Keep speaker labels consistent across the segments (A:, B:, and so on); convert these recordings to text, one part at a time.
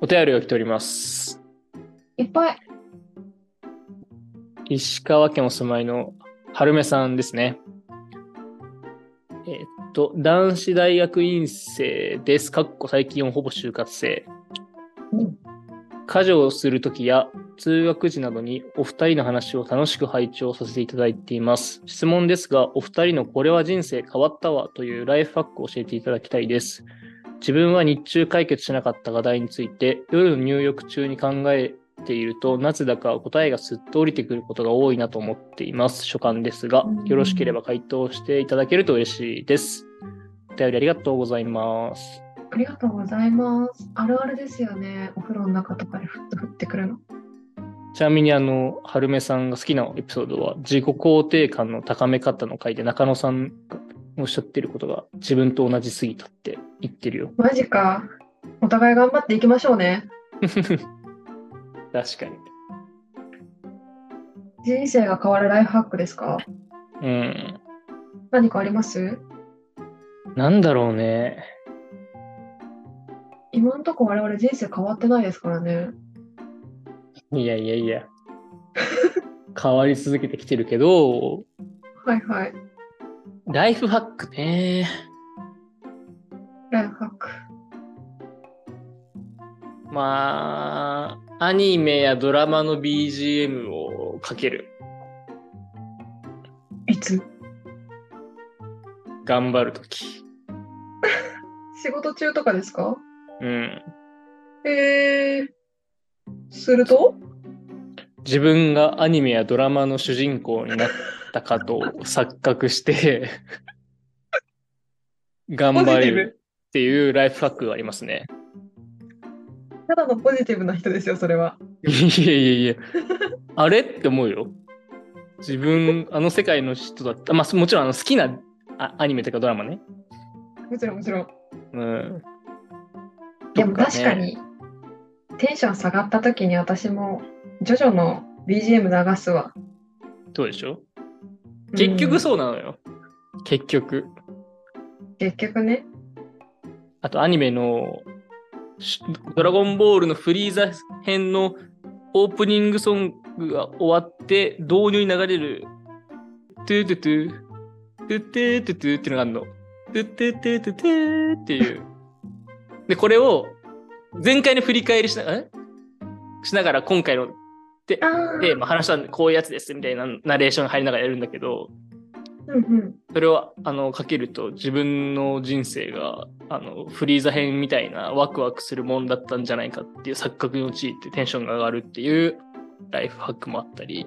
A: お便りを来ております。
B: いっぱい。
A: 石川県お住まいの春めさんですね。えーっと、男子大学院生です。かっこ最近はほぼ就活生。
B: うん
A: 家事をするときや通学時などにお二人の話を楽しく拝聴させていただいています。質問ですが、お二人のこれは人生変わったわというライフハックを教えていただきたいです。自分は日中解決しなかった課題について、夜の入浴中に考えていると、なぜだか答えがすっと降りてくることが多いなと思っています。所感ですが、よろしければ回答していただけると嬉しいです。お便りありがとうございます。
B: ありがとうございます。あるあるですよね。お風呂の中とかでふっと降ってくるの。
A: ちなみにあの、はるめさんが好きなエピソードは、自己肯定感の高め方の回で中野さんがおっしゃってることが、自分と同じすぎたって言ってるよ。
B: マジか。お互い頑張っていきましょうね。
A: 確かに。
B: 人生が変わるライフハックですか
A: うん。
B: 何かあります
A: なんだろうね。
B: 今んとこ我々人生変わってないですからね。
A: いやいやい や。変わり続けてきてるけど、
B: はいはい。
A: ライフハックね。
B: ライフハック。
A: まあ、アニメやドラマの BGM をかける。
B: いつ
A: 頑張るとき。
B: 仕事中とかですか
A: うん。
B: えー。すると
A: 自分がアニメやドラマの主人公になったかと錯覚して、 頑張れるっていうライフハックがありますね。
B: ただのポジティブな人ですよ、それは。
A: いやいやいや、あれって思うよ。自分、あの世界の人だった。まあ、もちろんあの好きなあアニメとかドラマね。
B: もちろんもちろん。
A: うん。
B: でも
A: とね
B: 確か。に、テンション下がった時に私も、ジョジョの BGM 流すわ。
A: どうでしょう結局
B: う
A: そうなのよ。結局。
B: ん。結局ね。
A: あとアニメのしドラゴンボールのフリーザ編のオープニングソングが終わって導入に流れるトゥートゥトゥトゥトゥトゥトゥっていうのがあるの。トゥトゥトゥトゥトゥっていう。で、これを前回の振り返りしながら、しながら今回の
B: あ
A: テーマ話したんでこういうやつですみたいなナレーションが入りながらやるんだけど、
B: うんうん。
A: それをあのかけると自分の人生があのフリーザ編みたいなワクワクするもんだったんじゃないかっていう錯覚に陥ってテンションが上がるっていうライフハックもあったり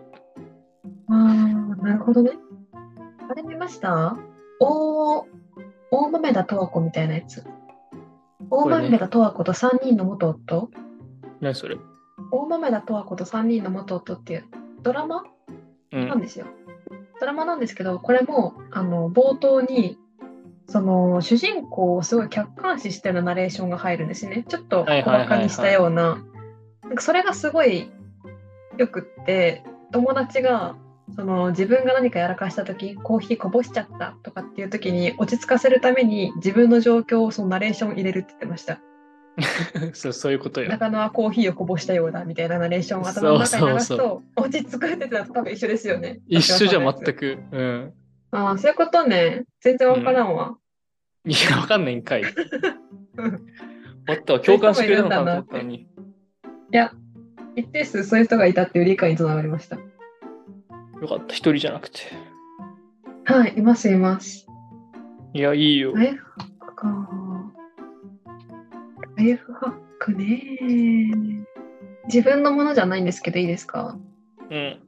B: ああ、なるほどね。あれ見ました大、大豆田十和子みたいなやつ。大
A: れね
B: 豆田十和子と3人の元夫、
A: 何それ、
B: 大豆田十和子と3人の元夫っていうドラマ
A: う
B: なん
A: ん、
B: ですよ。ドラマなんですけど、これも、あの、冒頭に、その、主人公をすごい客観視してるナレーションが入るんですね。ちょっと
A: はい
B: 小
A: はいはいはい
B: 馬鹿にしたような。なんかそれがすごいよくって、友達が、その自分が何かやらかした時コーヒーこぼしちゃったとかっていう時に落ち着かせるために自分の状況をそのナレーション入れるって言ってました
A: そうそういうことよ。
B: 中野はコーヒーをこぼしたようだみたいなナレーションを頭の中に流す
A: そうそう
B: と落ち着かせてたのと多分一緒ですよね
A: 一緒じゃ
B: 私はそうです
A: 全く。うん、
B: ああ、そういうことね。全然わからんわ。
A: いや、わかんないんかい。
B: うん
A: あったわ共感してくれたのかなと思ったのに。
B: 一定数そういう人がいたっていう理解につながりました。
A: よかった、一人じゃなくて。
B: はい、います、います。
A: いや、いいよ。
B: ライフハックか。ライフハックね。自分のものじゃないんですけど、いいですか
A: うん。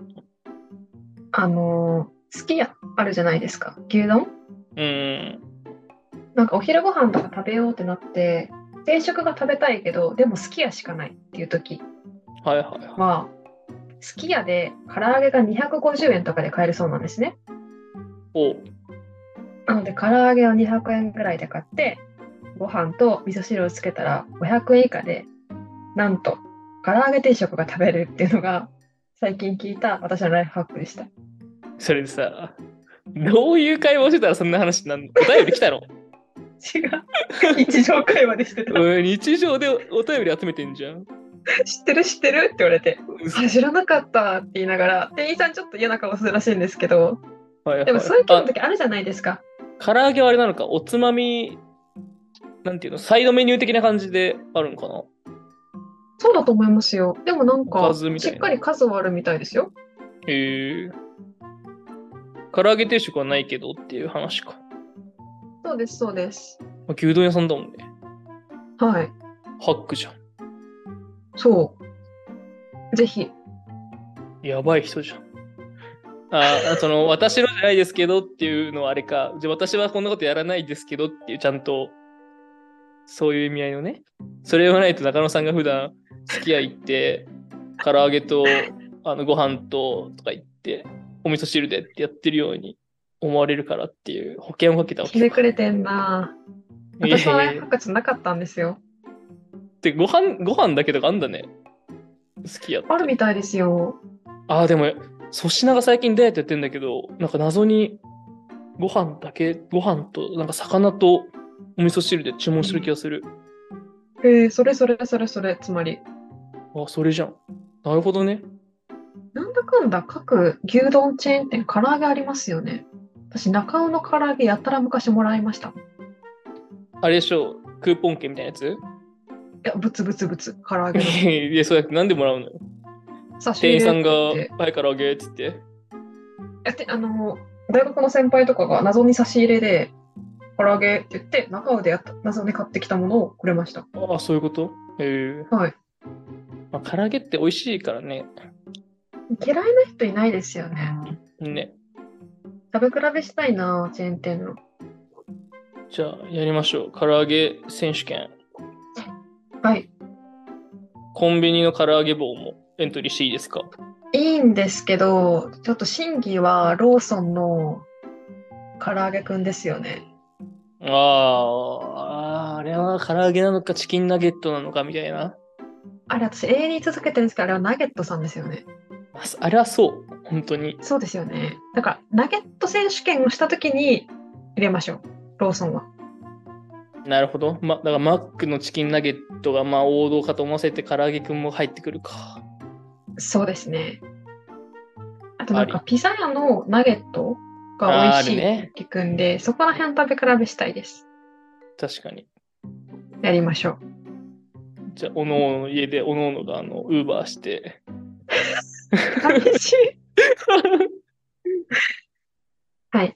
B: あの、好きや、あるじゃないですか。牛丼
A: うん。
B: なんかお昼ご飯とか食べようってなって、定食が食べたいけど、でも好きやしかないっていう時
A: はいはいはい。
B: は、すき家で唐揚げが250円とかで買えるそうなんですね。
A: おう
B: なので唐揚げを200円ぐらいで買ってご飯と味噌汁をつけたら500円以下でなんと唐揚げ定食が食べれるっていうのが最近聞いた私のライフハックでした。
A: それでさ、どういう会話をしてたらそんな話になるのお便り来たの
B: 違 う。日常会話でしてた。
A: うん日常でお便り集めてんじゃん。
B: 知ってる知ってるって言われて。
A: 嘘
B: あ知らなかったって言いながら店員さんちょっと嫌な顔するらしいんですけど
A: はいはい
B: でもそういう時の時あるじゃないですか
A: あ唐揚げはあれなのか、おつまみ、なんていうの、サイドメニュー的な感じであるんかな。
B: そうだと思いますよでもなん
A: おか
B: か
A: ずみた
B: し
A: いな
B: っかり数はあるみたいですよ
A: へえ。唐揚げ定食はないけどっていう話か。
B: そうですそうです
A: まあ牛丼屋さんだもんね。
B: はい
A: ハックじゃん。
B: そうぜひ
A: やばい人じゃん。あその私のじゃないですけどっていうのはあれか。じゃあ私はこんなことやらないですけどっていうちゃんとそういう意味合いのね。それをないと中野さんが普段付き合い行って唐揚げとあのご飯ととか言ってお味噌汁でってやってるように思われるからっていう保険をかけたわ
B: ひ
A: け
B: ね
A: か。
B: くれてんな
A: えいえ
B: 私のライフハックじゃなかったんですよ
A: でご飯ご飯だけとかあんだね。好きやって
B: あるみたいですよ
A: ああ、でも、粗品が最近ダイエットやってんだけど、なんか謎に、ご飯だけ、ご飯と、なんか魚とお味噌汁で注文してる気がする。
B: えー、それそれそれそれつまり
A: あ、それじゃん。なるほどね。
B: なんだかんだ各牛丼チェーン店唐揚げありますよね私中尾の唐揚げやたら昔もらいましたい
A: あれでしょ、クーポン券みたいなやつ
B: やブツブツブツ唐揚げの
A: いや、そうやってなんでもらうのよ。
B: 刺
A: 店
B: 身
A: 員
B: で
A: さんが、
B: って
A: はい、からあげっつって。
B: やってあの大学の先輩とかが謎に差し入れで唐揚げって言って中尾でやった謎に買ってきたものをくれました
A: ああ、そういうことへえ。
B: はい
A: まあ、唐揚げって美味しいからね。
B: 嫌いな人いないですよね
A: ね。
B: 食べ比べしたいなチェーン店の
A: じゃあ、やりましょう。唐揚げ選手権。
B: はい
A: コンビニの唐揚げ棒もエントリーしていいですか
B: いいんですけどちょっと審議はローソンの唐揚げくんですよね
A: あああー、あれは唐揚げなのかチキンナゲットなのかみたいな。
B: あれ私永遠に続けてるんですけどあれはナゲットさんですよね
A: あそあれはそう、本当に。
B: そうですよねだからナゲット選手権をした時に入れましょうローソンは
A: なるほど。ま、だからマックのチキンナゲットがまあ王道かと思わせて唐揚げくんも入ってくるか。
B: そうですね。あとなん
A: あ
B: かピザ屋のナゲットが美味しい
A: あーあるね
B: って聞くんで、そこら辺食べ比べしたいです。
A: 確かに。
B: やりましょう。
A: じゃあ、おのおの家でおのおのがあの、ウーバーして。
B: 寂しい。 はい。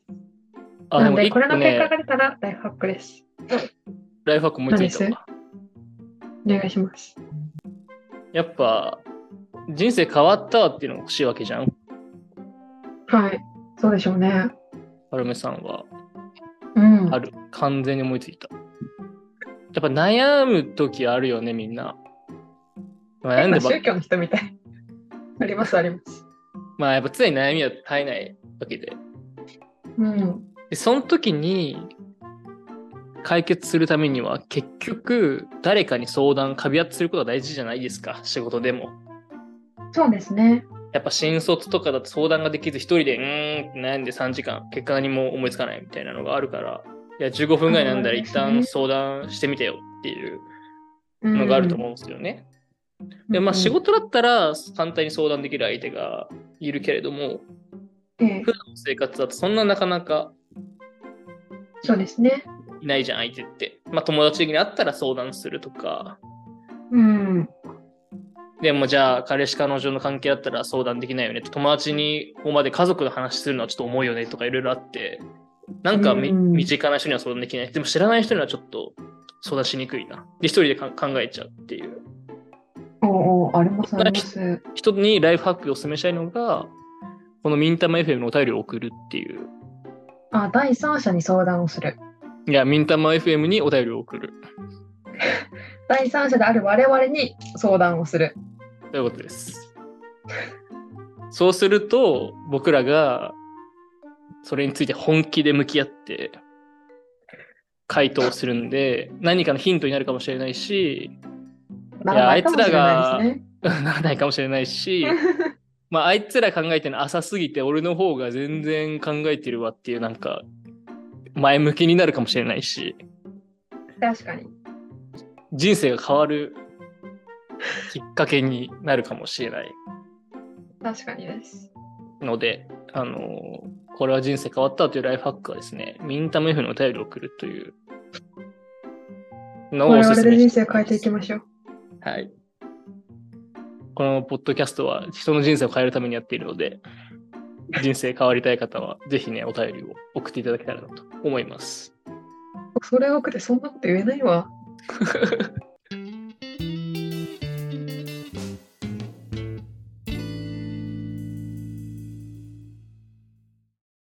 A: あ、
B: な
A: で
B: ん
A: も
B: で
A: 一
B: こ
A: 個
B: れの結果
A: ね
B: が、出たらライフハックです。
A: ライフハック思いついたわ。
B: お願いします。
A: やっぱ、人生変わったわっていうのが欲しいわけじゃん。
B: はい。そうでしょうね。
A: アルメさんは。
B: うん。
A: ある。完全に思いついた。やっぱ悩む時あるよね、みんな。悩ん
B: 変
A: で
B: な
A: ば
B: 宗教の人みたい。ありますあります。
A: まあやっぱ常に悩みは絶えないわけで。
B: うん。
A: で、その時に解決するためには結局誰かに相談、カビ合ってすることが大事じゃないですか、仕事でも。
B: そうですね。
A: やっぱ新卒とかだと相談ができず一人でうーんって悩んで3時間、結果何も思いつかないみたいなのがあるから、いや15分ぐらい悩んだら一旦相談してみてよっていうのがあると思うんですよね。
B: うん。
A: でまあ、
B: うん
A: 仕。事だったら簡単に相談できる相手がいるけれども
B: ええ
A: 普段の生活だとそんななかなか
B: そうですね。
A: いないじゃん相手って、まあ、友達に会ったら相談するとか
B: うん。
A: でもじゃあ彼氏彼女の関係だったら相談できないよねと友達にここまで家族の話するのはちょっと重いよねとかいろいろあってなんかみ
B: うん
A: 身近な人には相談できないでも知らない人にはちょっと相談しにくいなで一人でか考えちゃうっていう
B: おうおうありますあります。
A: 人にライフハックをお勧めしたいのがこのミンタマ FM のお便りを送るっていう
B: あ、第三者に相談をする。
A: いや、ミンタマ FM にお便りを送る
B: 第三者である我々に相談をする。
A: ということです。そうすると、僕らがそれについて本気で向き合って回答するんで、何かのヒントになるかもしれないし、
B: ならないかもしれないですね。
A: ならないかもしれないし、まあ、あいつら考えてるの浅すぎて、俺の方が全然考えてるわっていう、なんか、前向きになるかもしれないし、
B: 確かに。
A: 人生が変わるきっかけになるかもしれない
B: 確かにです。
A: ので、あのこれは人生変わったというライフハックはですね、ミンタム F のお便りを送るというのを
B: 我
A: おす
B: 々
A: すめ
B: で人生
A: て
B: を変えていきましょう。
A: す。はい。このポッドキャストは人の人生を変えるためにやっているの で、人生変わりたい方は、ぜひね、お便りを送っていただけたらなと思います。
B: それ多くてそんなこと言えないわ。